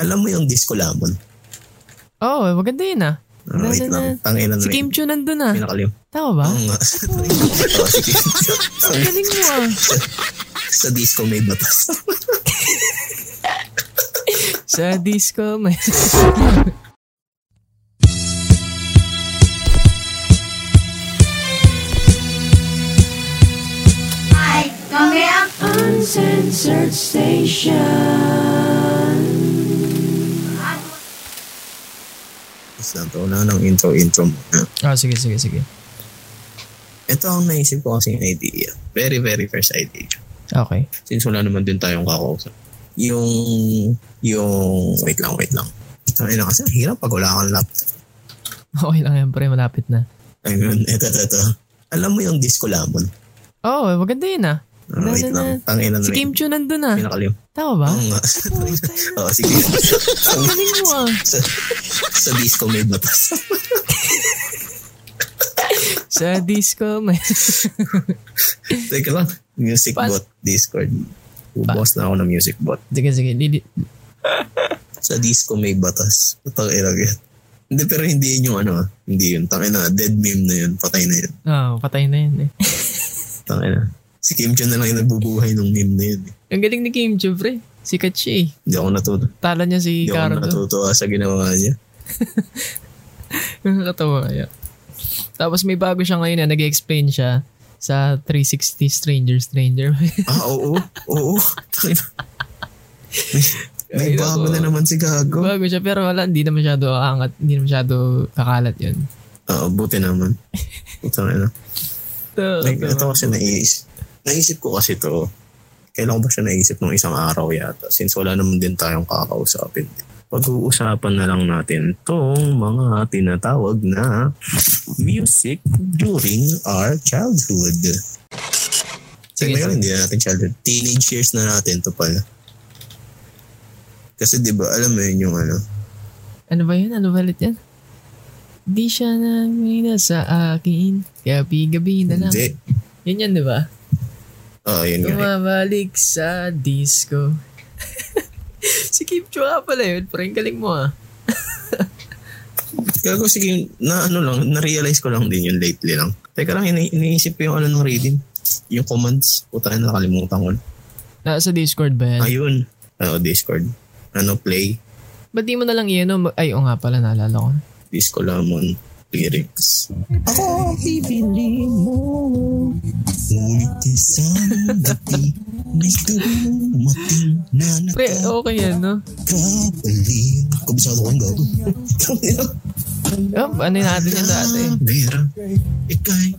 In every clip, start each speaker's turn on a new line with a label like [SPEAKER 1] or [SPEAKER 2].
[SPEAKER 1] Alam mo yung Disco Lamon?
[SPEAKER 2] Oo, oh, maganda yun ah.
[SPEAKER 1] Ah, wait lang. Mm. Tanginan
[SPEAKER 2] Si
[SPEAKER 1] na
[SPEAKER 2] Kim
[SPEAKER 1] rin.
[SPEAKER 2] Chu nandun ah.
[SPEAKER 1] Pinakalim. uh,
[SPEAKER 2] Tama ba?
[SPEAKER 1] Oo nga. Oo, si Kim Chu.
[SPEAKER 2] Ang galing mo ah.
[SPEAKER 1] Sa disco may batas.
[SPEAKER 2] Sa disco may...
[SPEAKER 1] Santo na ng intro-intro muna.
[SPEAKER 2] Ah, sige, sige, sige.
[SPEAKER 1] Ito ang naisip ko kasing idea. Very, very first idea.
[SPEAKER 2] Okay.
[SPEAKER 1] Since wala naman din tayong kakausap. Yung, yung, wait lang, wait lang. Ay na kasi, ang hirap pag wala kang laptop.
[SPEAKER 2] Okay lang yan, pre. Malapit na.
[SPEAKER 1] Ayun, eto, eto, eto. Alam mo yung disco lamon?
[SPEAKER 2] Oo, oh, maganda yun ah.
[SPEAKER 1] Ah, wait
[SPEAKER 2] Nandun
[SPEAKER 1] lang. Mm. Tanginan na
[SPEAKER 2] Si
[SPEAKER 1] rin.
[SPEAKER 2] Kim Chu nandun ah. Oh,
[SPEAKER 1] Pinakalim. uh,
[SPEAKER 2] Tama ba?
[SPEAKER 1] Oo nga. Oo, si Kim Chu.
[SPEAKER 2] Ang galing mo ah.
[SPEAKER 1] Sa, sa disco may batas.
[SPEAKER 2] Sa disco may...
[SPEAKER 1] Teka lang. Music
[SPEAKER 2] Pas-
[SPEAKER 1] bot Discord. Boss na ako ng music bot.
[SPEAKER 2] sige, sige. Lili...
[SPEAKER 1] Sa disco may batas. Putang ina yun. Hindi, pero hindi yun yung ano ah. Hindi yun. Tangin na. Dead meme na yun. Patay na yun.
[SPEAKER 2] Ah, patay na yun eh.
[SPEAKER 1] Tangin na. Si Kim Chun na lang yung nagbubuhay ng meme na yun. eh.
[SPEAKER 2] Ang galing ni Kim Chu, pre. Sikat siya eh.
[SPEAKER 1] Hindi ako natuto.
[SPEAKER 2] Tala niya si
[SPEAKER 1] Hindi ako
[SPEAKER 2] Carlo.
[SPEAKER 1] natutuwa sa ginawa niya.
[SPEAKER 2] Nakakatawa kaya. Tapos may bago siya ngayon na nag-explain siya sa 360 Stranger Stranger.
[SPEAKER 1] Ah, oo. Oo. Tangin na. May, may
[SPEAKER 2] Ay,
[SPEAKER 1] bago
[SPEAKER 2] nako.
[SPEAKER 1] na naman si Gago.
[SPEAKER 2] bago siya pero wala, hindi na masyado aangat, hindi na masyado kakalat yun.
[SPEAKER 1] Oo, Ah, buti naman. Putang ina.
[SPEAKER 2] So,
[SPEAKER 1] Like,
[SPEAKER 2] so,
[SPEAKER 1] ito kasi naiisip. Naisip ko kasi to. Kailan ko ba siya naisip nung isang araw yata? Since wala naman din tayong kakausapin. Pag-uusapan na lang natin tong mga tinatawag na music during our childhood.
[SPEAKER 2] Sige,
[SPEAKER 1] Sige,
[SPEAKER 2] sige.
[SPEAKER 1] hindi na natin childhood. Teenage years na natin to pala. Kasi di ba alam mo yun yung ano?
[SPEAKER 2] ano ba yun? Ano ba ulit yan? Di siya na sa akin. Gabi-gabi na lang.
[SPEAKER 1] Hindi.
[SPEAKER 2] Yun yan, di ba?
[SPEAKER 1] Oo, yun nga.
[SPEAKER 2] Bumabalik sa disco. si Kim Chu nga pala yun. Parang galing mo ah.
[SPEAKER 1] Gago, sige, na ano lang, na-realize ko lang din yun lately lang. Teka lang, ini- iniisip ko yung ano ng reading. Yung commands, puta na nakalimutan ko. na.
[SPEAKER 2] Nasa Discord ba yan?
[SPEAKER 1] Ayun, ano, Discord. Ano, play,
[SPEAKER 2] Ba't di mo na lang iyan? no? Mag- Ay, o nga pala, naalala ko. na.
[SPEAKER 1] Disco Lamon, lyrics. Ako ang pipili mo. Ngunit isang gabi, may dumating na
[SPEAKER 2] Pre, okay yan, no?
[SPEAKER 1] nakakapaling. Kabisado ko ang gago.
[SPEAKER 2] Oh, ano yung natin yan dati?
[SPEAKER 1] Meron, ikay,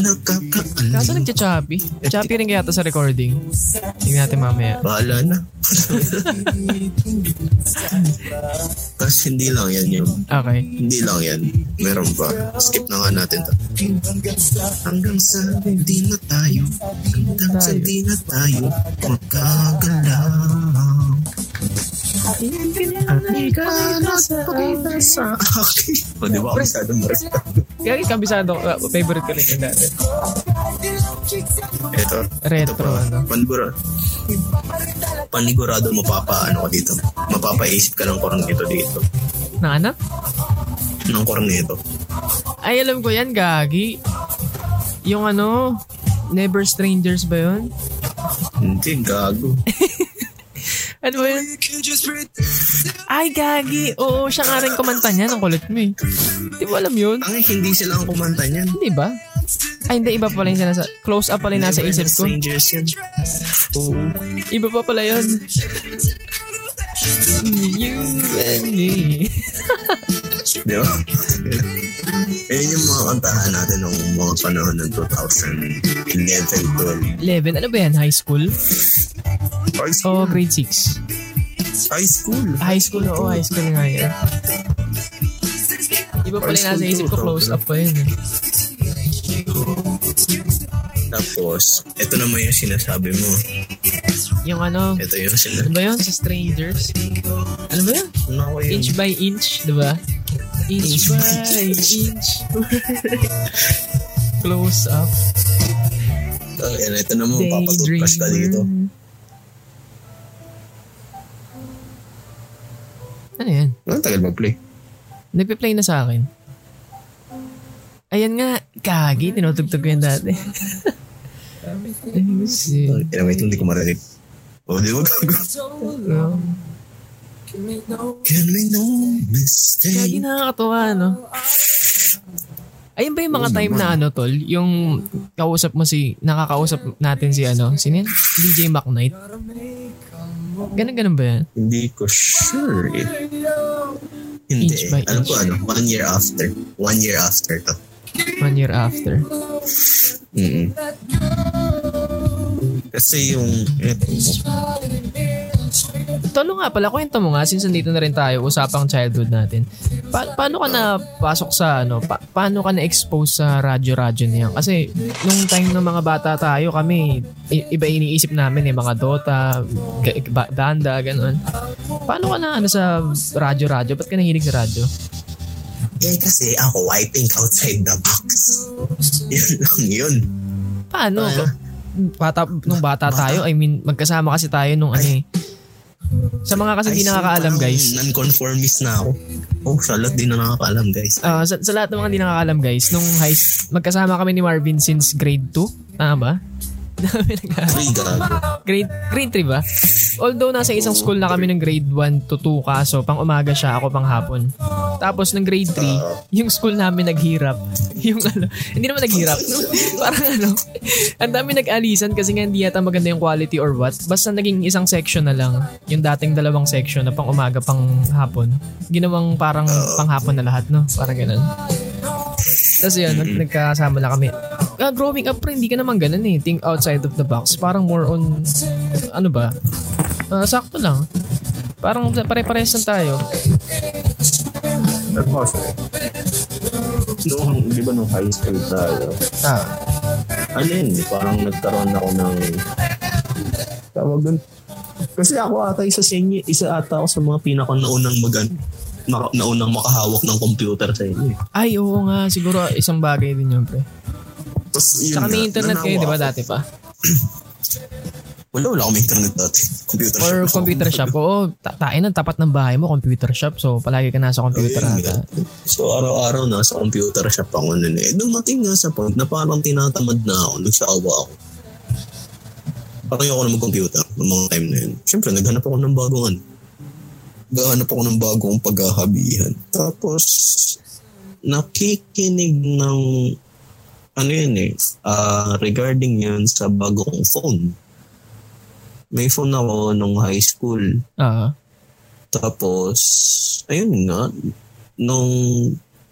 [SPEAKER 1] nakakaalam.
[SPEAKER 2] Kaso nagcha-choppy. Choppy rin kaya to sa recording. Tingnan natin mamaya.
[SPEAKER 1] Bahala na. Tapos hindi lang yan yung,
[SPEAKER 2] Okay.
[SPEAKER 1] hindi lang yan. Meron pa. Skip na nga natin to. Hanggang sa hindi na tayo, hanggang sa hindi na tayo, magkagalaw. O di ba, masyadong marikta.
[SPEAKER 2] Kaya yung kabisado ko, ah, favorite ko rin yung dati.
[SPEAKER 1] Ito, ito
[SPEAKER 2] Retro,
[SPEAKER 1] pa.
[SPEAKER 2] ano?
[SPEAKER 1] Panigura. Panigurado mapapa, ano ko dito. Mapapaisip ka ng korneto dito.
[SPEAKER 2] Na ano?
[SPEAKER 1] Ng korneto.
[SPEAKER 2] Ay, alam ko yan, Gagi. Yung ano, Never Strangers ba yun?
[SPEAKER 1] Hindi, gago.
[SPEAKER 2] Ano ba yun? Ay, Gagi. Oo, siya nga rin kumanta niya. Ang kulit mo eh. Di mo alam yun?
[SPEAKER 1] Ang hindi sila ang kumanta niyan.
[SPEAKER 2] Hindi ba? Ay, hindi. Iba pala yung nasa... Close up pala yung nasa
[SPEAKER 1] Never
[SPEAKER 2] isip
[SPEAKER 1] the
[SPEAKER 2] ko.
[SPEAKER 1] Strangers yan. Oo.
[SPEAKER 2] Iba pa pala yun. You and me.
[SPEAKER 1] Di ba? Ayun yung mga kantahan natin nung mga panahon ng 2011,
[SPEAKER 2] 11. Ano ba yan? High school?
[SPEAKER 1] 12. High school.
[SPEAKER 2] O grade 6?
[SPEAKER 1] High school.
[SPEAKER 2] High school, oo. high school nga yan. Iba pala
[SPEAKER 1] High
[SPEAKER 2] yung nasa
[SPEAKER 1] school
[SPEAKER 2] isip
[SPEAKER 1] to,
[SPEAKER 2] ko. Close
[SPEAKER 1] bro.
[SPEAKER 2] up pa yun. eh.
[SPEAKER 1] Tapos, ito naman yung sinasabi mo.
[SPEAKER 2] Yung ano...
[SPEAKER 1] Ito yung sinasabi.
[SPEAKER 2] Ano ba yun? Sa strangers? Ano ba yun?
[SPEAKER 1] Ano ko yun?
[SPEAKER 2] Inch by inch, di ba? Inch
[SPEAKER 1] Inch by
[SPEAKER 2] by inch. Close up.
[SPEAKER 1] Ang ina, ito
[SPEAKER 2] Ano
[SPEAKER 1] naman, papatutpas ka dito.
[SPEAKER 2] Daydreamer. Ano yan?
[SPEAKER 1] Ang Ah, tagal mag-play.
[SPEAKER 2] Nagpe-play na sa akin. Ayan nga, kagi, tinutugtog ko yan dati.
[SPEAKER 1] Ang ina, wait, hindi ko marinig. O, di ba gagawin?
[SPEAKER 2] no.
[SPEAKER 1] Can we no mistake?
[SPEAKER 2] Kagi nakakatuwa, no? Ayun ba yung mga time na ano, tol? Yung kausap mo si, nakakausap natin si ano, sino yan? DJ Mac Knight. Ganun-ganun ba yan?
[SPEAKER 1] Hindi ko sure eh. Hindi.
[SPEAKER 2] Inch by
[SPEAKER 1] Alam
[SPEAKER 2] inch.
[SPEAKER 1] ko ano, one year after. One year after to.
[SPEAKER 2] One year after.
[SPEAKER 1] Mm-mm. Kasi yung, eh, eto,
[SPEAKER 2] Tolo nga pala, kwento mo nga, since nandito na rin tayo, usapang childhood natin. Pa- paano ka na pasok sa, ano, pa- paano ka na-expose sa radyo-radyo niyan? Kasi, nung time ng mga bata tayo, kami, i- iba iniisip namin eh, mga Dota, ga- ba- Danda, ganun. Paano ka na, ano, sa radyo-radyo? Ba't ka nahilig sa radyo?
[SPEAKER 1] eh kasi ako, I think outside the box. Yun lang yun.
[SPEAKER 2] Paano?
[SPEAKER 1] Paano?
[SPEAKER 2] Bata, nung bata tayo, I mean, magkasama kasi tayo nung ano eh. Sa mga kasi hindi
[SPEAKER 1] Ay, so
[SPEAKER 2] nakakaalam,
[SPEAKER 1] parang
[SPEAKER 2] guys.
[SPEAKER 1] Non-conformist na ako. Oh, salot din na nakakaalam guys.
[SPEAKER 2] Ah, sa, sa lahat ng mga hindi nakakalam guys, nung high s- magkasama kami ni Marvin since grade 2. Tama ba? Dami nag-
[SPEAKER 1] Ay, gago.
[SPEAKER 2] grade, grade 3 ba? Although nasa isang school na kami ng grade 1 to 2 kaso pang umaga siya ako pang hapon. Tapos ng grade 3, yung school namin naghirap. Yung ano, hindi naman naghirap. Parang ano, ang dami nag-alisan kasi nga hindi yata maganda yung quality or what. Basta naging isang section na lang, yung dating dalawang section na pang umaga pang hapon. Ginawang parang pang hapon na lahat, no? Parang ganun. Tapos yun, nag- nagkasama na kami. Ah, growing up pre, hindi ka naman ganun eh. Think outside of the box. Parang more on, ano ba? Ah, sakto lang. Parang pare-pares lang tayo.
[SPEAKER 1] Noong, di ba nung high school tayo,
[SPEAKER 2] Ah,
[SPEAKER 1] ano yun, parang nagkaroon ako ng tawag doon. Kasi ako ata isa sa inyo, isa ata ako sa mga pinaka naunang magan na, naunang makahawak ng computer sa inyo. eh.
[SPEAKER 2] ay oo nga. Siguro isang bagay din yun pre.
[SPEAKER 1] Tapos yun
[SPEAKER 2] Saka may
[SPEAKER 1] nga,
[SPEAKER 2] internet
[SPEAKER 1] nanawa
[SPEAKER 2] kayo, di ba
[SPEAKER 1] ako.
[SPEAKER 2] dati pa?
[SPEAKER 1] Wala, wala akong internet dati. Computer
[SPEAKER 2] Or
[SPEAKER 1] shop.
[SPEAKER 2] computer shop. Oo, tatain ang tapat ng bahay mo, computer shop. So palagi ka nasa computer
[SPEAKER 1] Ayun nga.
[SPEAKER 2] ata.
[SPEAKER 1] So araw-araw na sa computer shop ako nun eh. Dumating nga sa point na parang tinatamad na ako. Nagsawa ako. Parang ayoko na mag-computer ng mga time na yun. Siyempre, naghanap ako ng bagong ano. Naghanap ako ng bagong paghahabihan. Tapos, nakikinig ng ano yun eh, ah, regarding yan sa bagong phone. May phone ako nung high school.
[SPEAKER 2] Ah,
[SPEAKER 1] Tapos, ayun nga, nung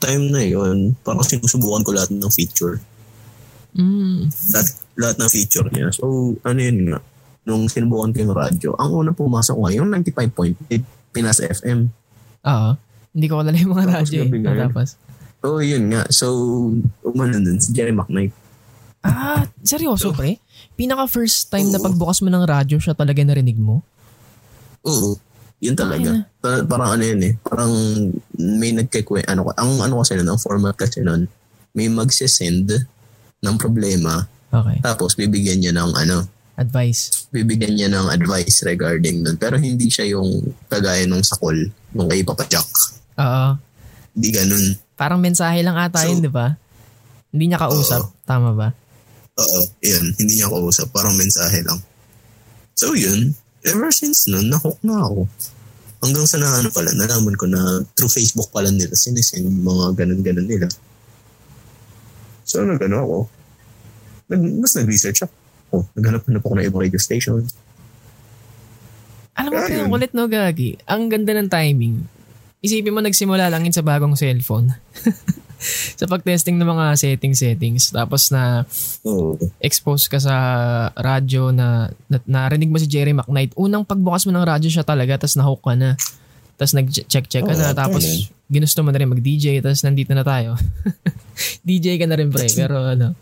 [SPEAKER 1] time na yun, parang sinusubukan ko lahat ng feature.
[SPEAKER 2] mm,
[SPEAKER 1] Lahat, lahat ng feature niya. So, ano yun nga, nung sinubukan ko yung radyo, ang una pumasok ko yung 95.8 Pinas FM.
[SPEAKER 2] ah. Hindi ko alala yung mga
[SPEAKER 1] Tapos
[SPEAKER 2] radyo eh.
[SPEAKER 1] gabi ngayon.
[SPEAKER 2] Natapos.
[SPEAKER 1] So, yun nga. So, umano dun, si Jerry McKnight.
[SPEAKER 2] Ah, seryoso pre? Pinaka first time na pagbukas mo ng radyo siya talaga narinig mo?
[SPEAKER 1] Oo. Yun talaga. Pa- parang ano yun eh. Parang may nagkikwe. Ano, ka- ang ano kasi nun, ang format kasi nun, may magsisend ng problema
[SPEAKER 2] Okay.
[SPEAKER 1] tapos bibigyan niya ng ano,
[SPEAKER 2] Advice.
[SPEAKER 1] bibigyan niya ng advice regarding nun. Pero hindi siya yung kagaya nung sa call, nung kay Papa Jack.
[SPEAKER 2] Oo.
[SPEAKER 1] Hindi ganun.
[SPEAKER 2] Parang mensahe lang ata
[SPEAKER 1] So-
[SPEAKER 2] yun, di ba? Hindi niya kausap. Tama ba?
[SPEAKER 1] Oo, yun. Hindi niya ako usap. Parang mensahe lang. So yun, ever since nun, nahook na ako. Hanggang sa naano pala, nalaman ko na through Facebook pala nila sinisend yung mga ganun-ganun nila. So nagano ako. Nag, mas nag-research ako. Oh, naghanap-hanap ako ng ibang radio station.
[SPEAKER 2] Alam mo
[SPEAKER 1] Ayun.
[SPEAKER 2] pre, ang kulit no, Gagi. Ang ganda ng timing. Isipin mo nagsimula lang yun sa bagong cellphone. sa pag-testing ng mga settings-settings. Tapos na
[SPEAKER 1] Oo.
[SPEAKER 2] expose ka sa radyo na, na narinig mo si Jerry McKnight. Unang pagbukas mo ng radyo siya talaga, tapos nahook ka na. Tapos nag-check-check ka
[SPEAKER 1] Oo,
[SPEAKER 2] na, tapos
[SPEAKER 1] tama.
[SPEAKER 2] ginusto mo na rin mag-DJ, tapos nandito na tayo. DJ ka na rin pre, pero ano,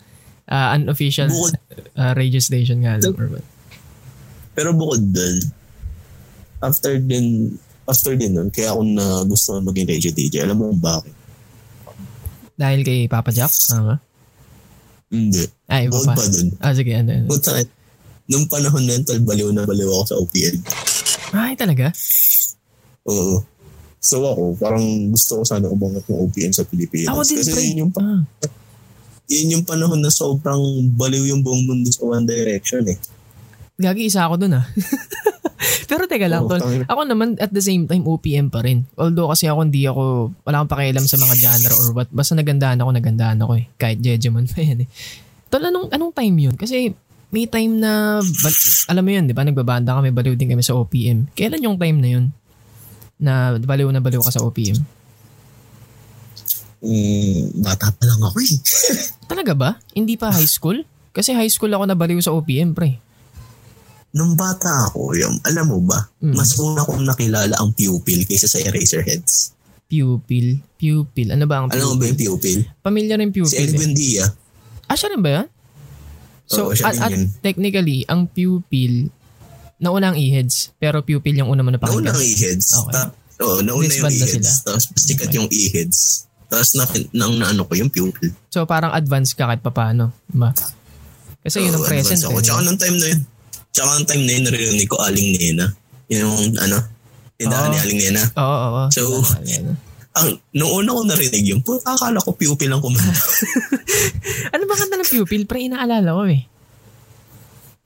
[SPEAKER 2] ah, unofficial
[SPEAKER 1] Bukod-
[SPEAKER 2] ah, radio station nga lang. or what.
[SPEAKER 1] Pero bukod dun, after din, after din nun, kaya ako na gusto maging radio DJ. Alam mo kung bakit?
[SPEAKER 2] Dahil kay Papa Jack, tama?
[SPEAKER 1] Hindi.
[SPEAKER 2] Ay, iba
[SPEAKER 1] Bukod
[SPEAKER 2] pa.
[SPEAKER 1] pa dun.
[SPEAKER 2] Ah, sige, ano, ano.
[SPEAKER 1] Puta, nung panahon na yun, tal, baliw na baliw ako sa OPL.
[SPEAKER 2] Ay, talaga?
[SPEAKER 1] Oo. So ako, parang gusto ko sana umangat ng OPM sa Pilipinas.
[SPEAKER 2] Ako din,
[SPEAKER 1] Kasi
[SPEAKER 2] pre.
[SPEAKER 1] yun yung, pa-
[SPEAKER 2] Ah,
[SPEAKER 1] yun yung panahon na sobrang baliw yung buong mundo sa One Direction eh.
[SPEAKER 2] gagi isa ako dun ah. Pero teka lang,
[SPEAKER 1] Oo,
[SPEAKER 2] tol.
[SPEAKER 1] tangina.
[SPEAKER 2] Ako naman at the same time OPM pa rin. Although kasi ako hindi ako, wala akong pakialam sa mga genre or what. Basta nagandahan ako, nagandahan ako eh. Kahit Jejemon pa yan eh. Tol, anong, anong time yun? Kasi may time na, bal- alam mo yun, di ba? Nagbabanda kami, baliw din kami sa OPM. Kailan yung time na yun? Na baliw na baliw ka sa OPM?
[SPEAKER 1] Mm, bata pa lang ako eh.
[SPEAKER 2] Talaga ba? Hindi pa high school? Kasi high school ako nabaliw sa OPM, pre.
[SPEAKER 1] Nung bata ako, yung, alam mo ba,
[SPEAKER 2] Mm.
[SPEAKER 1] mas una kong nakilala ang pupil kaysa sa Eraserheads.
[SPEAKER 2] Pupil. Pupil. Ano ba ang pupil?
[SPEAKER 1] Alam mo ba yung pupil?
[SPEAKER 2] Pamilya rin
[SPEAKER 1] Si
[SPEAKER 2] pupil.
[SPEAKER 1] Ed
[SPEAKER 2] eh.
[SPEAKER 1] Buendia.
[SPEAKER 2] Ah, siya rin ba yan? So,
[SPEAKER 1] Oo, siya
[SPEAKER 2] at,
[SPEAKER 1] rin
[SPEAKER 2] at
[SPEAKER 1] yun.
[SPEAKER 2] technically, ang pupil, nauna ang e-heads, pero pupil yung una mo
[SPEAKER 1] Nauna
[SPEAKER 2] napakinggan.
[SPEAKER 1] ang e-heads.
[SPEAKER 2] Okay.
[SPEAKER 1] Tap, oh, nauna yung
[SPEAKER 2] Disband na
[SPEAKER 1] e-heads.
[SPEAKER 2] sila.
[SPEAKER 1] Tapos sikat yung e-heads. Tapos na, nang naano ko yung pupil.
[SPEAKER 2] So, parang advanced ka kahit papano. Diba? Kasi yun ang
[SPEAKER 1] Oo,
[SPEAKER 2] present.
[SPEAKER 1] advance Ako.
[SPEAKER 2] Eh.
[SPEAKER 1] Tsaka nung time na yun, tsaka nung time na yun, narinig ko Aling Nena. Yung ano, tindahan
[SPEAKER 2] Oo.
[SPEAKER 1] ni Aling Nena.
[SPEAKER 2] Oo, oo, oo.
[SPEAKER 1] So, Ang, nung una ko narinig yun, puta akala ko pupil ang kumanta.
[SPEAKER 2] ano ba kanta ng pupil? Pre, inaalala ko eh.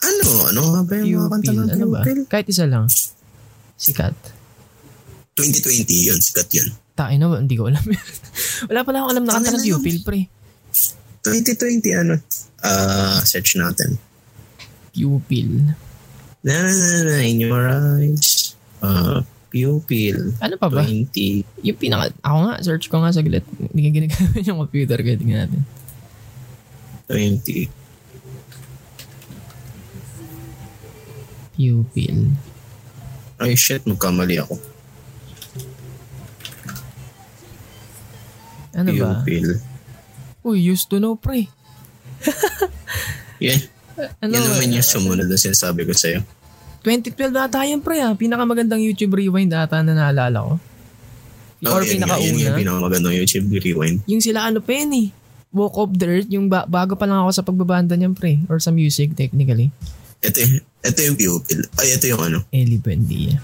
[SPEAKER 1] ano, ano nga ba yung mga kanta
[SPEAKER 2] Pupil,
[SPEAKER 1] ng
[SPEAKER 2] ano ba?
[SPEAKER 1] pupil?
[SPEAKER 2] Kahit isa lang. Sikat.
[SPEAKER 1] 2020 yun, sikat yun.
[SPEAKER 2] Tayo na, hindi ko alam. Wala pala akong alam na kanta
[SPEAKER 1] Tangina
[SPEAKER 2] ng
[SPEAKER 1] yun.
[SPEAKER 2] pupil, pre.
[SPEAKER 1] 2020 ano? Ah, search natin.
[SPEAKER 2] Pupil.
[SPEAKER 1] Na na na na, in your eyes. Ah, pupil.
[SPEAKER 2] Ano pa ba?
[SPEAKER 1] 20.
[SPEAKER 2] Yung pinaka... Ako nga, search ko nga saglit. Hindi ka ginagamit yung computer ko. Tingnan natin.
[SPEAKER 1] 20.
[SPEAKER 2] Pupil.
[SPEAKER 1] Ay shit, magkamali ako.
[SPEAKER 2] Ano ba?
[SPEAKER 1] Pupil.
[SPEAKER 2] Uy, used to know, pre.
[SPEAKER 1] Yan.
[SPEAKER 2] Ano?
[SPEAKER 1] Yan naman yung sumunod na sinasabi ko sa'yo.
[SPEAKER 2] 2012 ata yan, pre. Ah. Pinakamagandang YouTube rewind ata na naalala ko. Or
[SPEAKER 1] yun nga, Yun
[SPEAKER 2] pinakauna.
[SPEAKER 1] yung pinakamagandang YouTube rewind.
[SPEAKER 2] yung sila ano pa yan eh. Walk of the Earth, yung ba- bago pa lang ako sa pagbabanda niyan, pre. Or sa music, technically.
[SPEAKER 1] Ito, y- ito yung pupil. Ay, ito yung ano.
[SPEAKER 2] Eli Buendia.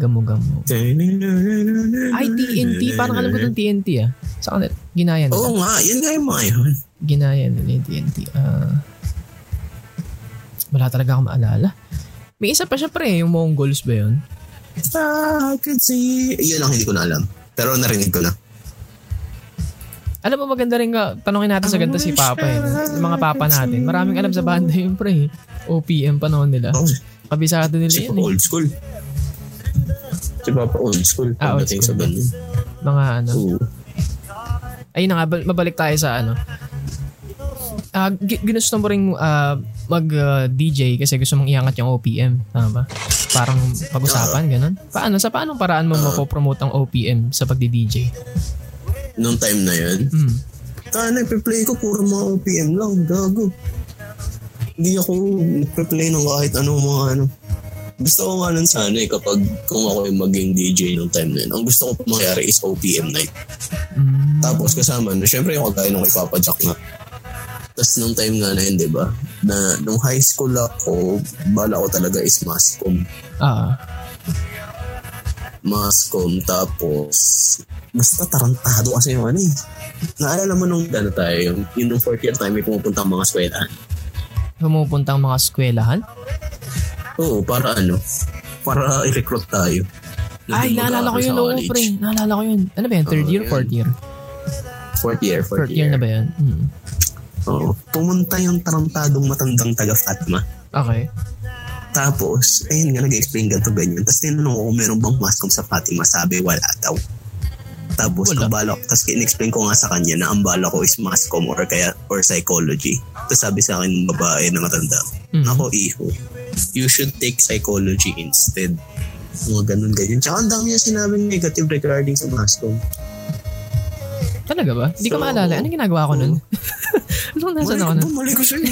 [SPEAKER 2] Gamo-gamo. Ay, TNT. Parang alam ko itong TNT ah. Sa kanil. Ginaya nila.
[SPEAKER 1] Oo nga, yun nga yung mga yun.
[SPEAKER 2] Ginaya nila yung TNT. Ah. wala talaga akong maalala. May isa pa siya pre, yung Mongols ba yun?
[SPEAKER 1] If I could see... Yun lang, hindi ko na alam. Pero narinig ko na.
[SPEAKER 2] Alam mo maganda rin ka, tanongin natin sa ganda si Papa eh. Yung mga Papa natin. Maraming alam sa banda eh, yun pre. OPM panahon nila.
[SPEAKER 1] Oh,
[SPEAKER 2] Kabisado nila
[SPEAKER 1] si
[SPEAKER 2] yun
[SPEAKER 1] Papa
[SPEAKER 2] eh.
[SPEAKER 1] old school. Si Papa old school.
[SPEAKER 2] Ah, old
[SPEAKER 1] Pagdating
[SPEAKER 2] school.
[SPEAKER 1] sa ganun.
[SPEAKER 2] Mga ano.
[SPEAKER 1] Oo.
[SPEAKER 2] Ayun na nga, bal- mabalik tayo sa ano. Ah, gi- ginusto mo ah, rin mag-DJ kasi gusto mong iangat yung OPM. Tama ba? Parang pag-usapan, ganun. Paano? Sa paanong paraan mo mapopromote ang OPM sa pagdi-DJ?
[SPEAKER 1] Nung time na yun.
[SPEAKER 2] Hmm.
[SPEAKER 1] Ah, nagpe-play ko puro mga OPM lang. Gago. Hindi ako nagpe-play ng kahit anong mga ano. Gusto ko nga nun sana eh kapag kung ako yung maging DJ nung time na yun. Ang gusto ko pa mangyari is OPM night.
[SPEAKER 2] Mm,
[SPEAKER 1] Tapos kasama nun, syempre yung kagaya nung kay Papa Jack na. Tapos nung time nga na yun, di ba? Na nung high school ako, bala ko talaga is mascom.
[SPEAKER 2] ah,
[SPEAKER 1] Mascom. Tapos, basta tarantado kasi yung ano eh. Naalala mo nung ano tayo, yung, yung nung fourth year time, may pumupunta ang mga eskwela.
[SPEAKER 2] pumupunta ang mga eskwelahan.
[SPEAKER 1] Oo, para ano? Para i-recruit tayo.
[SPEAKER 2] Ay, naalala ko yun,
[SPEAKER 1] Sa
[SPEAKER 2] oo,
[SPEAKER 1] college.
[SPEAKER 2] pre. Naalala ko yun. Ano ba yan? Third
[SPEAKER 1] Oo,
[SPEAKER 2] year,
[SPEAKER 1] yun.
[SPEAKER 2] fourth year?
[SPEAKER 1] Fourth year, fourth,
[SPEAKER 2] Fourth year na ba yan? Mm.
[SPEAKER 1] Oo. Pumunta yung tarantadong matandang taga-Fatma.
[SPEAKER 2] Okay.
[SPEAKER 1] Tapos, ayun nga, nag-explain ganito ganyan. Tapos tinanong ko kung meron bang mascom sa Fatima. Sabi, wala daw. Tapos,
[SPEAKER 2] Wala.
[SPEAKER 1] ang bala ko, tapos in-explain ko nga sa kanya na ang bala ko is mascom or kaya, or psychology. Tapos sabi sa akin ng babae na matanda,
[SPEAKER 2] Mm.
[SPEAKER 1] ako, iho, you should take psychology instead. Mga ganun, ganyan. Tsaka ang dami niya sinabing negative regarding sa mascom.
[SPEAKER 2] Talaga ba? Hindi ko
[SPEAKER 1] So,
[SPEAKER 2] maalala. Anong ginagawa ko nun? Anong nasaan ako nun?
[SPEAKER 1] Mali ko sa'yo.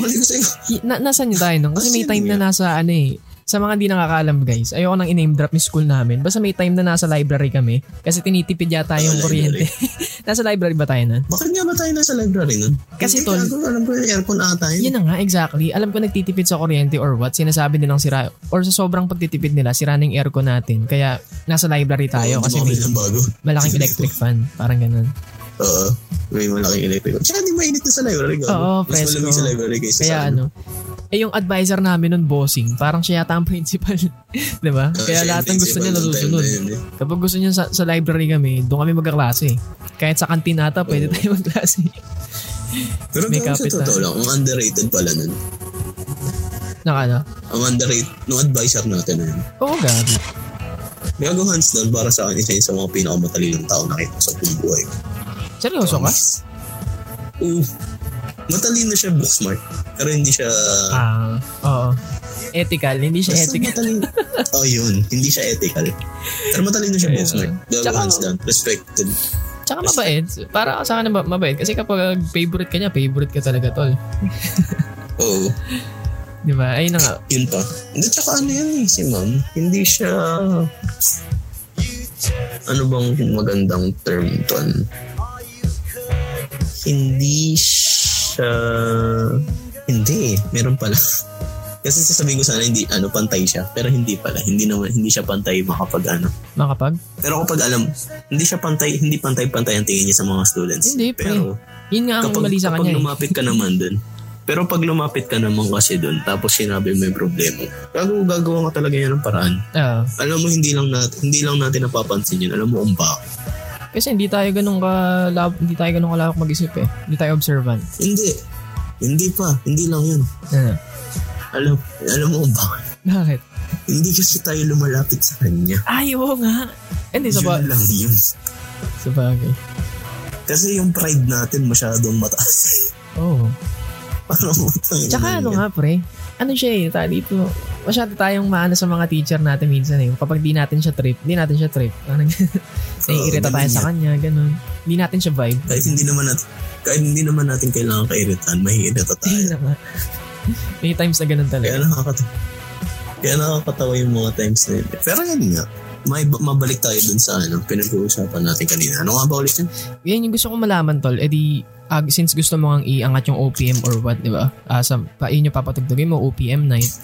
[SPEAKER 1] Mali ko sa'yo.
[SPEAKER 2] Y- Na, nasaan yung tayo nun? Kasi
[SPEAKER 1] Ah,
[SPEAKER 2] may
[SPEAKER 1] sino
[SPEAKER 2] time na
[SPEAKER 1] yun?
[SPEAKER 2] nasa ano eh. Sa mga hindi nakakaalam guys, ayoko nang i-name drop yung school namin. Basta may time na nasa library kami kasi tinitipid yata
[SPEAKER 1] Nasa
[SPEAKER 2] yung kuryente. nasa library ba tayo nun?
[SPEAKER 1] Bakit nga ba tayo nasa library nun?
[SPEAKER 2] Kasi,
[SPEAKER 1] Hindi,
[SPEAKER 2] tol-
[SPEAKER 1] gago, alam ko yung aircon ata yun.
[SPEAKER 2] Yun na nga, exactly. Alam ko nagtitipid sa kuryente or what, sinasabi nilang sira, or sa sobrang pagtitipid nila, sira na yung aircon natin. Kaya nasa library tayo kasi may
[SPEAKER 1] bilang bago.
[SPEAKER 2] malaking electric fan, parang ganun.
[SPEAKER 1] Oo. May malaking electric. Tsaka di mainit na sa library. gago.
[SPEAKER 2] Oo,
[SPEAKER 1] Mas
[SPEAKER 2] fresco.
[SPEAKER 1] malamig sa library kaysa sa
[SPEAKER 2] Kaya
[SPEAKER 1] amin.
[SPEAKER 2] ano, eh yung advisor namin nun, bossing, parang siya yata ang principal. 'Di
[SPEAKER 1] Ah,
[SPEAKER 2] ba? Kaya
[SPEAKER 1] siya
[SPEAKER 2] lahat
[SPEAKER 1] yung
[SPEAKER 2] ng gusto niya
[SPEAKER 1] principal nung time
[SPEAKER 2] nasusunod.
[SPEAKER 1] na yun, eh.
[SPEAKER 2] Kapag gusto niya sa, sa library kami, doon kami magkaklase. Kahit sa kantina ata, pwede
[SPEAKER 1] Oo.
[SPEAKER 2] tayo magklase.
[SPEAKER 1] Pero
[SPEAKER 2] May
[SPEAKER 1] gago, sa
[SPEAKER 2] kapit,
[SPEAKER 1] totoo
[SPEAKER 2] ah.
[SPEAKER 1] lang, ang underrated pala nun.
[SPEAKER 2] Naka ano?
[SPEAKER 1] Ang underrated, nung advisor natin na yun.
[SPEAKER 2] Oo, gabi.
[SPEAKER 1] Gago hands down para sa akin, isa yun sa mga pinakamatalinong tao nakita ko sa buong buhay. ko.
[SPEAKER 2] Seryoso ka?
[SPEAKER 1] Promise. Oo. Matalino siya book smart. Pero hindi siya...
[SPEAKER 2] Ah, oo. Ethical, hindi siya
[SPEAKER 1] Basta
[SPEAKER 2] ethical.
[SPEAKER 1] matalino. oh, yun. Hindi siya ethical. Pero matalino siya
[SPEAKER 2] Kaya-
[SPEAKER 1] book smart. Gago
[SPEAKER 2] Tsaka-
[SPEAKER 1] hands down. Respected.
[SPEAKER 2] Tsaka mabait. Para sa akin mab- mabait. Kasi kapag favorite ka niya, favorite ka talaga, tol.
[SPEAKER 1] Oo.
[SPEAKER 2] Di ba? Ayun na nga.
[SPEAKER 1] Yun pa. Hindi, tsaka ano yan eh, si ma'am. Hindi siya... Ano bang magandang term ton? Hindi siya... Hindi eh. Meron pala. Kasi sasabihin ko sana hindi ano pantay siya pero hindi pala hindi naman hindi siya pantay makapag ano
[SPEAKER 2] Makapag?
[SPEAKER 1] pero kapag alam hindi siya pantay hindi pantay-pantay ang tingin niya sa mga students
[SPEAKER 2] Hindi, pre.
[SPEAKER 1] pero
[SPEAKER 2] Yun nga ang
[SPEAKER 1] kapag,
[SPEAKER 2] mali sa
[SPEAKER 1] kapag
[SPEAKER 2] kanya eh.
[SPEAKER 1] lumapit ka naman dun. Pero pag lumapit ka naman kasi dun, tapos sinabi mo yung problema, gago, gagawa ka talaga yan ng paraan.
[SPEAKER 2] Ah,
[SPEAKER 1] Alam mo, hindi lang natin, hindi lang natin napapansin yun. Alam mo kung bakit.
[SPEAKER 2] kasi hindi tayo ganun ka hindi tayo ganun kalawak mag-isip eh. Hindi tayo observant.
[SPEAKER 1] Hindi. Hindi pa. Hindi lang yun.
[SPEAKER 2] Ano?
[SPEAKER 1] Alam, alam mo kung bakit.
[SPEAKER 2] Bakit?
[SPEAKER 1] Hindi kasi tayo lumalapit sa kanya.
[SPEAKER 2] Ay, oo nga. Hindi, sa, ba-
[SPEAKER 1] Yun lang yun.
[SPEAKER 2] sa bagay.
[SPEAKER 1] Kasi yung pride natin masyadong mataas.
[SPEAKER 2] Oo. Oh.
[SPEAKER 1] Parang matangin.
[SPEAKER 2] Tsaka ano nga pre, ano siya eh, tayo dito, masyado tayong maano sa mga teacher natin minsan eh. Kapag di natin siya trip, di natin siya trip. Parang naiirita tayo sa kanya, Oh, ganun. Di natin siya vibe.
[SPEAKER 1] Kahit hindi naman natin, kahit hindi naman natin kailangan kairitan, mahiirita tayo.
[SPEAKER 2] Ayun na nga. May times na ganun talaga.
[SPEAKER 1] Kaya nakakatawa. Kaya nakakatawa yung mga times na yun. Pero yan nga, may mabalik tayo dun sa ano, pinag-uusapan natin kanina. Ano nga ba ulit yun?
[SPEAKER 2] Yan yung gusto ko malaman tol, edi ah, since gusto mo ang iangat yung OPM or what, di ba? Ah, sa, pa, yun yung papatugtugin mo, OPM night.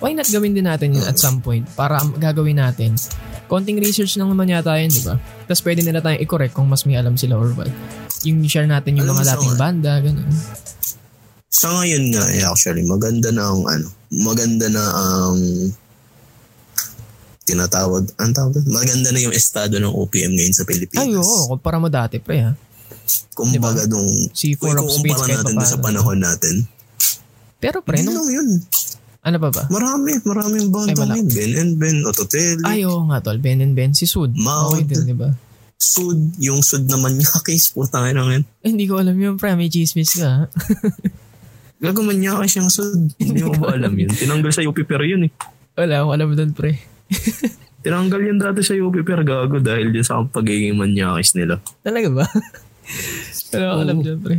[SPEAKER 2] Why not gawin din natin yun at some point para ang gagawin natin? Konting research lang naman yata yun, di ba? Tapos pwede nila tayong i-correct kung mas may alam sila or what. Yung share natin yung
[SPEAKER 1] Alam mo
[SPEAKER 2] mga
[SPEAKER 1] sa
[SPEAKER 2] dating
[SPEAKER 1] mga-
[SPEAKER 2] banda, ganun.
[SPEAKER 1] Sa ngayon nga, eh, actually, maganda na ang ano, maganda na ang tinatawag, ang tawag doon? maganda na yung estado ng OPM ngayon sa Pilipinas.
[SPEAKER 2] Ay, oo, Diba? kumpara mo dati, pre, ha?
[SPEAKER 1] Kumbaga nung,
[SPEAKER 2] Si
[SPEAKER 1] kung
[SPEAKER 2] Four of
[SPEAKER 1] kumpara
[SPEAKER 2] Spades kahit
[SPEAKER 1] natin doon sa
[SPEAKER 2] paano.
[SPEAKER 1] panahon natin,
[SPEAKER 2] Pero pre,
[SPEAKER 1] hindi
[SPEAKER 2] nung,
[SPEAKER 1] lang yun.
[SPEAKER 2] ano pa ba?
[SPEAKER 1] Marami, maraming
[SPEAKER 2] Ay,
[SPEAKER 1] banda
[SPEAKER 2] wala.
[SPEAKER 1] ngayon. Ben and Ben, Ototel,
[SPEAKER 2] Ay, oo nga tol, Ben and Ben, si Sud.
[SPEAKER 1] Maud.
[SPEAKER 2] Okay din, di ba?
[SPEAKER 1] Sud, yung Sud naman niya case, puta na ngayon.
[SPEAKER 2] Eh, Hindi ko alam yun, pre, may chismis ka, ha?
[SPEAKER 1] Gago man niya kasi siyang sud. Hindi mo ba alam yun? Tinanggal sa UP Fair yun eh.
[SPEAKER 2] Wala akong alam doon, pre.
[SPEAKER 1] Tinanggal yun dati sa UP Fair gago dahil yun sa pagiging manyakis nila.
[SPEAKER 2] Talaga ba? Wala akong alam doon, pre.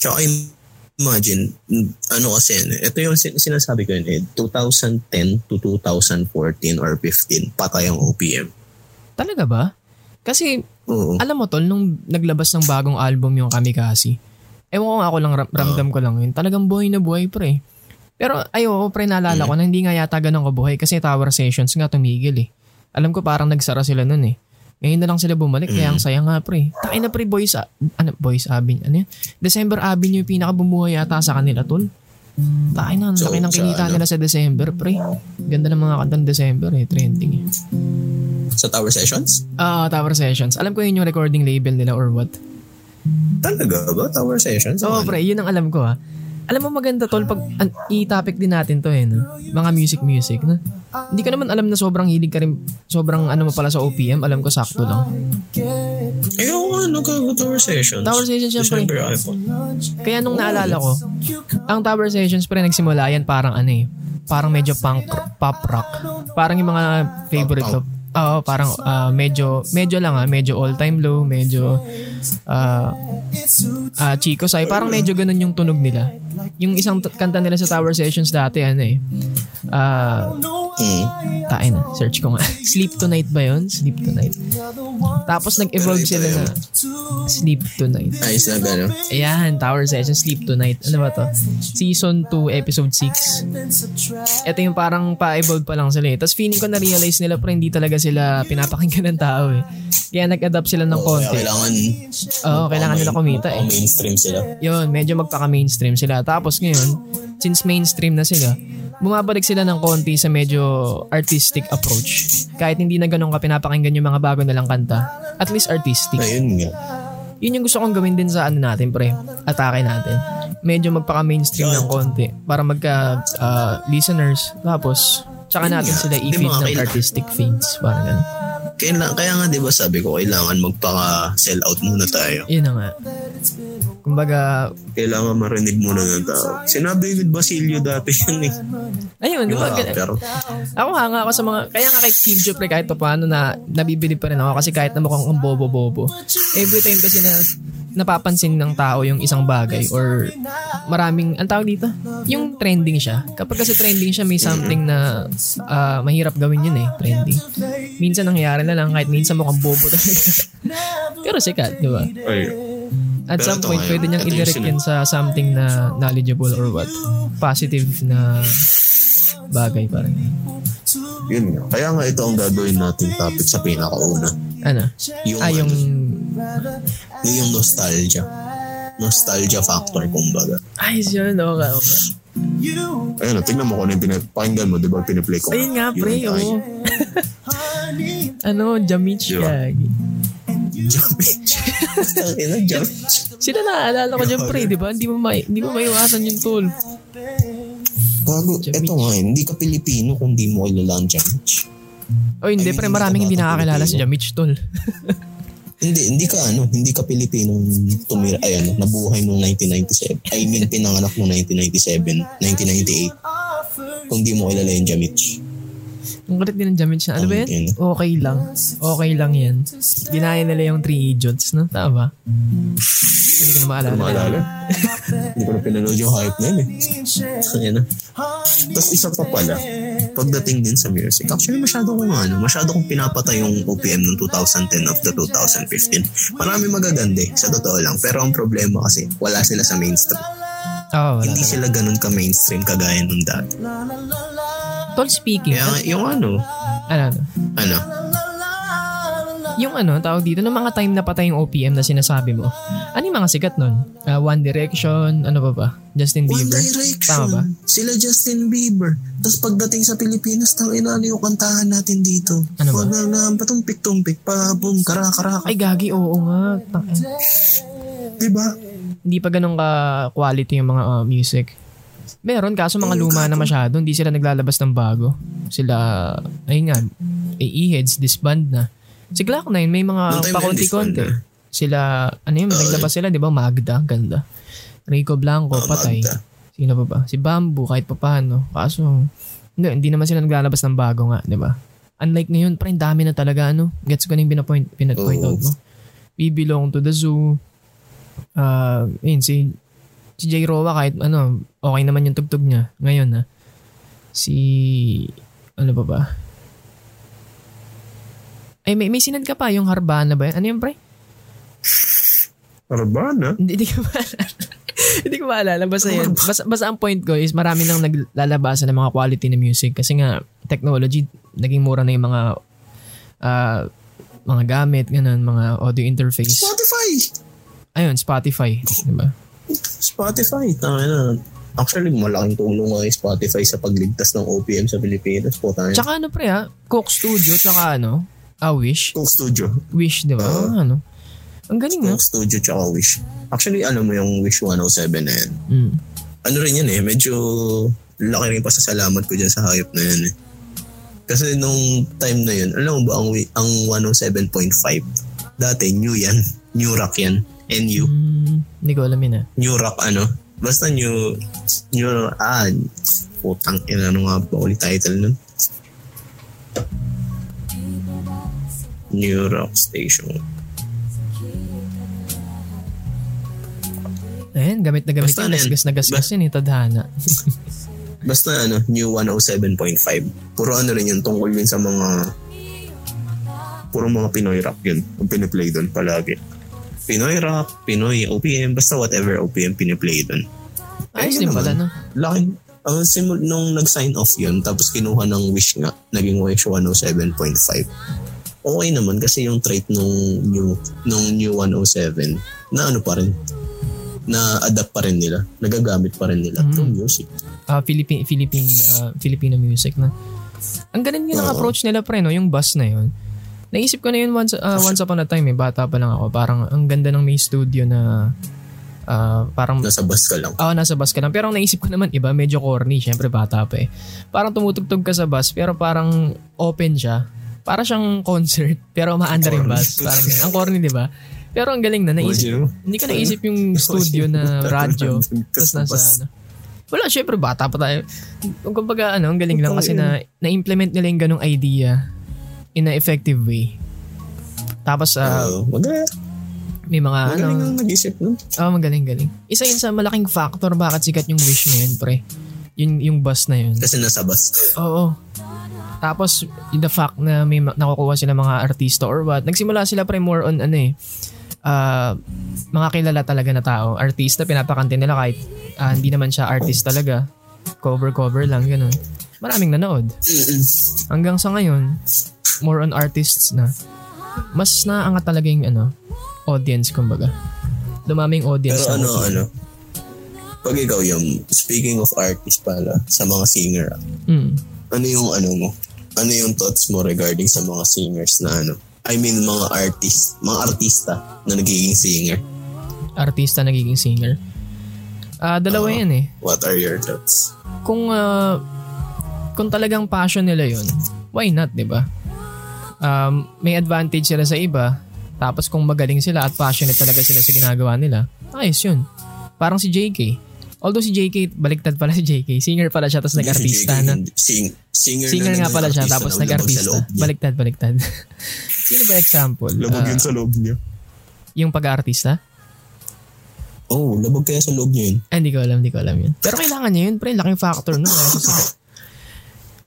[SPEAKER 1] Tsaka imagine, mm, ano kasi yan eh. Ito yung sin- sinasabi ko yun eh. 2010 to 2014 or 15, patay ang OPM.
[SPEAKER 2] Talaga ba? Kasi,
[SPEAKER 1] Oo.
[SPEAKER 2] alam mo, tol, nung naglabas ng bagong album yung Kamikaze, ewan ko nga ako lang, ram- ramdam ko lang yun. Talagang buhay na buhay, pre. Pero ayoko, pre, naalala ko na hindi nga yata ganun kabuhay kasi Tower Sessions nga tumigil eh. Alam ko parang nagsara sila nun eh. Ngayon na lang sila bumalik, kaya ang saya nga pre. Takin na pre, Boys, A- ano, Boys Avenue, ano yun? December Avenue yung pinakabumuhay yata sa kanila, tol. Takin na, ang
[SPEAKER 1] So,
[SPEAKER 2] laki ng
[SPEAKER 1] sa
[SPEAKER 2] kinita
[SPEAKER 1] ano?
[SPEAKER 2] nila sa December, pre. Ganda ng mga kantang December eh, trending eh.
[SPEAKER 1] Sa Tower Sessions?
[SPEAKER 2] Ah, Tower Sessions. Alam ko yun yung recording label nila or what.
[SPEAKER 1] Talaga ba? Tower Sessions? Ano?
[SPEAKER 2] Oo, pre, yun ang alam ko ha. Alam mo maganda tol pag an, i-topic din natin to eh, no? mga music music na. Hindi ko naman alam na sobrang hilig ka rin, sobrang ano mo pala sa OPM, alam ko sakto lang.
[SPEAKER 1] Eh, oo nga, ano ka Tower Sessions?
[SPEAKER 2] Tower Sessions, syempre.
[SPEAKER 1] December, iPhone.
[SPEAKER 2] Kaya nung naalala ko, ang Tower Sessions pre nagsimula yan parang ano eh, parang medyo punk, pop rock. Parang yung mga favorite ko. Oo, parang ah, medyo, medyo lang ah, medyo all-time low, medyo ah ah, Chico Sai, parang medyo ganun yung tunog nila. Yung isang t- kanta nila sa Tower Sessions dati, ano eh, ah,
[SPEAKER 1] Mm.
[SPEAKER 2] tain na, search ko nga. Sleep Tonight ba yun? Sleep Tonight. Tapos nag-evolve sila na Sleep Tonight.
[SPEAKER 1] Ayos na gano'n.
[SPEAKER 2] Ayan, Tower Sessions, Sleep Tonight. Ano ba to? Season 2, Episode 6. Ito yung parang pa-evolve pa lang sila eh. Tapos feeling ko na-realize nila pero hindi talaga sila pinapakinggan ng tao eh. Kaya nag-adapt sila ng
[SPEAKER 1] Kaya
[SPEAKER 2] konti.
[SPEAKER 1] kailangan,
[SPEAKER 2] Oo, kailangan nila kumita eh.
[SPEAKER 1] mainstream sila.
[SPEAKER 2] Yun, medyo magpaka-mainstream sila. Tapos ngayon, since mainstream na sila, bumabalik sila ng konti sa medyo artistic approach. Kahit hindi na ganun ka pinapakinggan yung mga bago nilang kanta, at least artistic
[SPEAKER 1] Ayun nga.
[SPEAKER 2] yun yung gusto kong gawin din sa ano natin pre atake natin medyo magpaka mainstream ng konti para magka ah, listeners tapos tsaka natin sila i-feed
[SPEAKER 1] Hindi, mga
[SPEAKER 2] ng
[SPEAKER 1] kailangan.
[SPEAKER 2] artistic feeds parang ganun
[SPEAKER 1] Kaya, kaya nga di ba sabi ko, kailangan magpaka-sell out muna tayo.
[SPEAKER 2] yun na nga kumbaga
[SPEAKER 1] Kailangan marinig muna ng tao. Sinabi with Basilio dati yun eh.
[SPEAKER 2] ayun di
[SPEAKER 1] Yung
[SPEAKER 2] ba gan-
[SPEAKER 1] rapper.
[SPEAKER 2] ako hanga ako sa mga kaya nga kay Kim Jo pre kahit pa paano na nabibili pa rin ako kasi kahit na mukhang ang bobo-bobo every time kasi na napapansin ng tao yung isang bagay or maraming ang tawag dito yung trending siya kapag kasi trending siya may something na ah, mahirap gawin yun eh trending minsan nangyayari na lang kahit minsan mukhang bobo talaga pero sikat di ba
[SPEAKER 1] Ay,
[SPEAKER 2] at
[SPEAKER 1] Pero
[SPEAKER 2] some
[SPEAKER 1] ito
[SPEAKER 2] point
[SPEAKER 1] nga,
[SPEAKER 2] pwede niyang
[SPEAKER 1] ito yung
[SPEAKER 2] i-direct
[SPEAKER 1] sinu-
[SPEAKER 2] yan sa something na knowledgeable or what positive na bagay parang
[SPEAKER 1] yun nga. Kaya nga ito ang gagawin natin topic sa pinakauna.
[SPEAKER 2] ano
[SPEAKER 1] Yung, ano,
[SPEAKER 2] Ah, yung...
[SPEAKER 1] yung nostalgia. Nostalgia factor, kumbaga.
[SPEAKER 2] Ayos yun, okay, okay.
[SPEAKER 1] Ayun, tingnan mo kung ano yung pinip- pakinggan mo, di ba, piniplay ko.
[SPEAKER 2] Ayun nga, pre,
[SPEAKER 1] Yun,
[SPEAKER 2] oh. oo.
[SPEAKER 1] ayun.
[SPEAKER 2] ano, Jamich
[SPEAKER 1] Diba?
[SPEAKER 2] Yagi.
[SPEAKER 1] Ayun na, Josh.
[SPEAKER 2] Sila naaalala ko dyan, pre,
[SPEAKER 1] Diba?
[SPEAKER 2] di ba? Hindi mo, may, hindi mo maiwasan yung tool.
[SPEAKER 1] Bago,
[SPEAKER 2] Jamich.
[SPEAKER 1] eto nga, hindi ka Pilipino kung di mo kilala ang Jamich.
[SPEAKER 2] O Oh, hindi,
[SPEAKER 1] Ay, diba?
[SPEAKER 2] pre,
[SPEAKER 1] hindi
[SPEAKER 2] maraming
[SPEAKER 1] ka
[SPEAKER 2] hindi
[SPEAKER 1] bata,
[SPEAKER 2] nakakilala si
[SPEAKER 1] Pilipino.
[SPEAKER 2] Jamich, tol.
[SPEAKER 1] Hindi, hindi ka ano, hindi ka Pilipino tumira, ayan, nabuhay noong 1997. I mean, pinanganak noong 1997, 1998. Kung di mo kilala yung Jamich.
[SPEAKER 2] Ang kulit din ng Jamich na, ano ba
[SPEAKER 1] Ayun.
[SPEAKER 2] yan? Okay lang. Okay lang yan. Ginaya nila yung Three Idiots, no? Tama ba? Hindi ko na maalala.
[SPEAKER 1] Maalala? hindi ko na pinanood yung hype na yun eh. Ayan na. Tapos isa pa pala, pagdating din sa music, actually masyado kong ano, masyado kong pinapatay yung OPM ng 2010 up to 2015. Marami magaganda eh, sa totoo lang. Pero ang problema kasi, wala sila sa mainstream.
[SPEAKER 2] Oo, wala.
[SPEAKER 1] Hindi sila ganun ka-mainstream kagaya nung dati.
[SPEAKER 2] Tol, speaking.
[SPEAKER 1] Kaya nga, yung ano,
[SPEAKER 2] Ano, ano?
[SPEAKER 1] ano,
[SPEAKER 2] Yung ano, tawag dito, ng mga time na patay yung OPM na sinasabi mo, ano yung mga sikat nun? Ah, One Direction, ano ba ba? Justin
[SPEAKER 1] One
[SPEAKER 2] Bieber?
[SPEAKER 1] Direction.
[SPEAKER 2] Tama ba?
[SPEAKER 1] Sila Justin Bieber. Tapos pagdating sa Pilipinas, tang ina ano yung kantahan natin dito.
[SPEAKER 2] Ano ba?
[SPEAKER 1] Wag na na, patumpik-tumpik, pabong, kara-karaka.
[SPEAKER 2] Ay, gagi, oo nga. Tang-
[SPEAKER 1] Diba?
[SPEAKER 2] Hindi pa ganun ka-quality yung mga ah, music. Meron, kaso mga luma na masyado, hindi sila naglalabas ng bago. Sila, ayun nga, E AE-heads, disband na. Si Glock 9, may
[SPEAKER 1] Nung time na
[SPEAKER 2] mga
[SPEAKER 1] yun,
[SPEAKER 2] pakunti-konti.
[SPEAKER 1] disband
[SPEAKER 2] Sila, ano yun, naglabas sila, di ba? Magda, ganda. Rico Blanco,
[SPEAKER 1] Oh,
[SPEAKER 2] patay.
[SPEAKER 1] Magda.
[SPEAKER 2] Sino pa ba? Si Bamboo, kahit pa paano. Kaso, hindi, hindi naman sila naglalabas ng bago nga, di ba? Unlike ngayon, parang dami na talaga, ano? Gets ko na yung pinapoint, pinatpoint
[SPEAKER 1] Oo.
[SPEAKER 2] out mo. We belong to the zoo. Ah, yun, si, si J. Roa, kahit ano, okay naman yung tugtog niya. Ngayon, na Si, ano pa ba? Ay, may, may sinad ka pa, yung Harbana ba? yan? Ano yun, pre?
[SPEAKER 1] Ano Arbana?
[SPEAKER 2] Hindi, hindi ko maalala. hindi ko maalala. Basta yun. Basta, basta ang point ko is marami nang naglalabasan ng mga quality na music. Kasi nga, technology, naging mura na yung mga ah, mga gamit, ganun, mga audio interface.
[SPEAKER 1] Spotify!
[SPEAKER 2] Ayun, Spotify. di ba?
[SPEAKER 1] Spotify, tanga na. Actually, malaking tulong nga yung Spotify sa pagligtas ng OPM sa Pilipinas po tayo.
[SPEAKER 2] Tsaka ano pre ha, Coke Studio, tsaka ano, ah, Wish.
[SPEAKER 1] Coke Studio.
[SPEAKER 2] Wish, di ba? Mga ano. Ang galing no?
[SPEAKER 1] Coke Studio tsaka Wish. Actually, alam mo yung Wish 107 na yan.
[SPEAKER 2] Mm.
[SPEAKER 1] ano rin yan eh, medyo laki rin pasasalamat ko dyan sa hype na yan eh. Kasi nung time na yun, alam mo ba ang, wi- ang 107.5? Dati new yan, new rock yan, NU,
[SPEAKER 2] Mm, Hindi ko alam yun ha.
[SPEAKER 1] new rock ano. Basta new, new, ah, putang ina, ano nga ba ulit title nun? New Rock Station.
[SPEAKER 2] Ayan, gamit na gamit
[SPEAKER 1] Basta
[SPEAKER 2] yan.
[SPEAKER 1] ano yan?
[SPEAKER 2] Gasgas na gasgas yan eh, tadhana.
[SPEAKER 1] Basta ano, New 107.5. Puro ano rin yun, tungkol yun sa mga... Puro mga Pinoy rap yun. Ang piniplay doon palagi. Pinoy rap, Pinoy OPM, basta whatever OPM piniplay doon.
[SPEAKER 2] Ayos
[SPEAKER 1] yun
[SPEAKER 2] din pala, no?
[SPEAKER 1] naman. Laki. Ang simul nung nag-sign off yun, tapos kinuha ng Wish nga, naging Wish 107.5. Okay naman kasi yung trait nung new, nung new 107 na ano pa rin, na adapt pa rin nila, nagagamit pa rin nila
[SPEAKER 2] Mm.
[SPEAKER 1] to music.
[SPEAKER 2] Ah, Philippine, Philippine, ah, Filipino music na. Ang ganun yung
[SPEAKER 1] Oo.
[SPEAKER 2] approach nila, pre, no? Yung bus na yun. Naisip ko na yun once, ah, once upon a time, eh. Bata pa lang ako. Parang ang ganda ng may studio na ah, parang
[SPEAKER 1] Nasa bus ka lang.
[SPEAKER 2] Oo, nasa bus ka lang. Pero ang naisip ko naman, iba, medyo corny. Siyempre, bata pa eh. Parang tumutugtog ka sa bus, pero parang open siya. Para siyang concert, pero umaanda rin
[SPEAKER 1] Corny.
[SPEAKER 2] bus. Parang ganun. Ang corny, di ba? Pero ang galing na, naisip.
[SPEAKER 1] Audio.
[SPEAKER 2] Hindi ko naisip yung studio na radyo. Tapos nasa ano. Wala, syempre, bata pa tayo. Kung kumbaga, ano, ang galing lang kasi na na-implement nila yung ganong idea in an effective way. Tapos, ah,
[SPEAKER 1] Oo, magaling.
[SPEAKER 2] may mga, ano,
[SPEAKER 1] Magaling ang nag-isip nun.
[SPEAKER 2] Oo, magaling, galing. Isa yun sa malaking factor bakit sikat yung wish na yun, pre. Yung, yung bus na yun.
[SPEAKER 1] Kasi nasa bus.
[SPEAKER 2] Oo. Tapos, yung the fact na may ma- nakukuha sila mga artista or what. Nagsimula sila pre more on ano eh. ah, mga kilala talaga na tao. Artista, pinapakante nila kahit ah, hindi naman siya artist talaga. Cover-cover lang, ganun. Maraming nanood. Hanggang sa ngayon, more on artists na. Mas naangat talaga yung ano, audience, kumbaga. Dumami yung audience.
[SPEAKER 1] Pero
[SPEAKER 2] na
[SPEAKER 1] ano,
[SPEAKER 2] natin.
[SPEAKER 1] ano, pag ikaw yung, speaking of artist pala, sa mga singer, ah,
[SPEAKER 2] Mm.
[SPEAKER 1] ano yung ano mo? Ano yung thoughts mo regarding sa mga singers na ano? I mean, mga artist, mga artista na nagiging singer.
[SPEAKER 2] artista nagiging singer. Ah, dalawa
[SPEAKER 1] Oo.
[SPEAKER 2] yan eh.
[SPEAKER 1] What are your thoughts?
[SPEAKER 2] Kung ah, kung talagang passion nila yun, why not, 'di ba? Um, may advantage sila sa iba. Tapos kung magaling sila at passionate talaga sila sa ginagawa nila, ayos yun. Parang si JK. Although si JK, baliktad pala si JK. Singer pala siya tapos nag-artista
[SPEAKER 1] Hindi,
[SPEAKER 2] na.
[SPEAKER 1] hindi. Sing, singer,
[SPEAKER 2] Singer
[SPEAKER 1] na
[SPEAKER 2] nga pala siya
[SPEAKER 1] nag-artista
[SPEAKER 2] tapos
[SPEAKER 1] na ulabag sa
[SPEAKER 2] nag-artista.
[SPEAKER 1] loob niya.
[SPEAKER 2] Baliktad, baliktad. Sino ba example?
[SPEAKER 1] Labag
[SPEAKER 2] Ah,
[SPEAKER 1] yun sa loob niya.
[SPEAKER 2] yung pag-artista?
[SPEAKER 1] Oh, labag kaya sa loob niya yun.
[SPEAKER 2] Ah, hindi ko alam, hindi ko alam yun. Pero kailangan niya yun, pre. Laking factor nun. Kaya sisikat.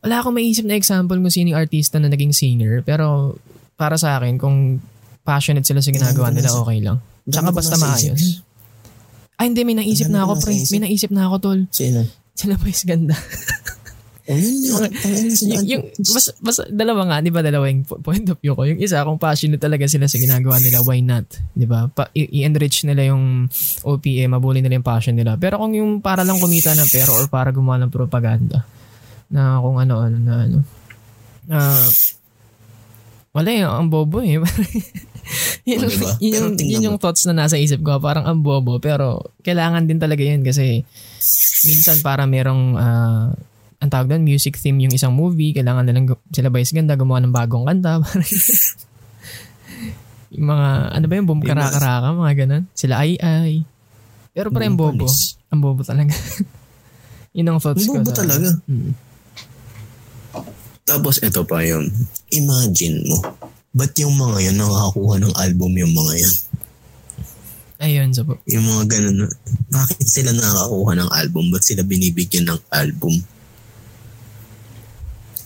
[SPEAKER 2] Wala akong maisip na example kung sino yung artista na naging singer. Pero para sa akin, kung passionate sila sa ginagawa nila, okay lang. Tsaka
[SPEAKER 1] Dami ko
[SPEAKER 2] basta
[SPEAKER 1] nasa isip
[SPEAKER 2] maayos. Ay, hindi. May naisip
[SPEAKER 1] Ang
[SPEAKER 2] na
[SPEAKER 1] dami
[SPEAKER 2] ako,
[SPEAKER 1] ko
[SPEAKER 2] pre.
[SPEAKER 1] nasa
[SPEAKER 2] May naisip na ako, tol.
[SPEAKER 1] Sino?
[SPEAKER 2] Sila pa is ganda.
[SPEAKER 1] Oh, yun yun. Ayun, sino?
[SPEAKER 2] Y- yung, basta, basta, dalawa nga, di ba dalawa yung po- point of view ko. Yung isa, kung passionate talaga sila sa ginagawa nila, why not? Di ba? Pa- i- i-enrich nila yung OPM, mabuli nila yung passion nila. Pero kung yung para lang kumita ng pera or para gumawa ng propaganda, na kung ano, ano, na ano, ah, wala eh, ang bobo eh. yun,
[SPEAKER 1] O, diba?
[SPEAKER 2] yun, yung,
[SPEAKER 1] Pero tingnan
[SPEAKER 2] yun yung thoughts na nasa isip ko. Parang ang bobo. Pero kailangan din talaga yun kasi minsan para merong ah, ang tawag doon, music theme yung isang movie. Kailangan na lang gu- sila ba is ganda gumawa ng bagong kanta. Parang yung mga, ano ba yung boom
[SPEAKER 1] Yung mga-
[SPEAKER 2] karakaraka, mga ganun. Sila ay ay. Pero parang ang bobo.
[SPEAKER 1] Panis.
[SPEAKER 2] Ang bobo talaga. yun
[SPEAKER 1] Ang
[SPEAKER 2] ang thoughts ko.
[SPEAKER 1] bobo
[SPEAKER 2] sa-
[SPEAKER 1] talaga.
[SPEAKER 2] Mm.
[SPEAKER 1] ano, hmm. Tapos ito pa yun. Imagine mo. Ba't yung mga yun nakakakuha ng album yung mga yun?
[SPEAKER 2] Ayun, so,
[SPEAKER 1] Yung mga ganun. na- Bakit sila nakakakuha ng album? Ba't sila binibigyan ng album?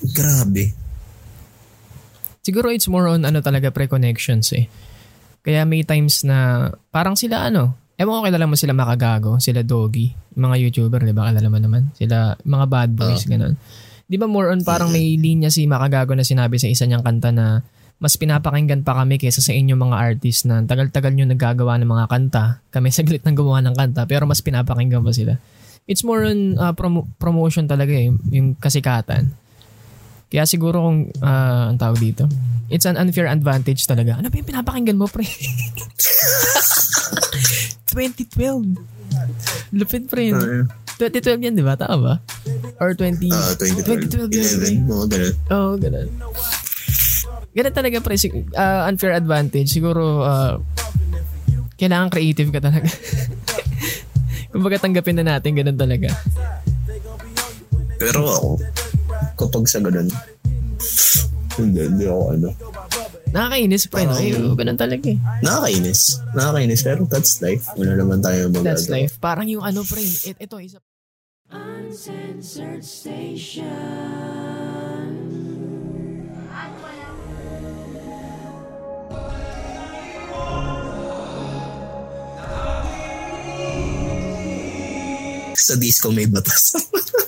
[SPEAKER 1] Grabe.
[SPEAKER 2] siguro it's more on ano talaga pre-connections eh. Kaya may times na parang sila ano, ewan ko kilala mo sila makagago, sila Doggy, yung mga YouTuber, di ba? Kilala mo naman. Sila, mga bad boys, ganun. Di ba more on parang may linya si Makagago na sinabi sa isa niyang kanta na mas pinapakinggan pa kami kaysa sa inyong mga artist na tagal-tagal nyo naggagawa ng mga kanta. Kami saglit nang gumawa ng kanta pero mas pinapakinggan pa sila. It's more on uh, promo- promotion talaga eh, yung kasikatan. Kaya siguro kung ah, ang tawag dito, it's an unfair advantage talaga. Ano ba yung pinapakinggan mo, pre? 2012. Lupit, pre. no? 2012 yan, di ba? Tama ba? Or 20...
[SPEAKER 1] Ah, 2012.
[SPEAKER 2] 2012.
[SPEAKER 1] 11. Mga ganun.
[SPEAKER 2] Oo, oh, ganun. Ganun talaga, pre. Sig- ah, unfair advantage. Siguro, ah, kailangan creative ka talaga. Kumbaga tanggapin na natin, ganun talaga.
[SPEAKER 1] Pero ako, kapag sa ganun, hindi, hindi ako ano.
[SPEAKER 2] Nakakainis pa, no? Eh,
[SPEAKER 1] Parang-
[SPEAKER 2] ganun talaga eh.
[SPEAKER 1] Nakakainis. Nakakainis. Pero that's life. Wala naman tayo magagawa.
[SPEAKER 2] That's life. Parang yung ano, pre. It, ito, isa.
[SPEAKER 3] Uncensored Station.
[SPEAKER 1] Sa disco may batas.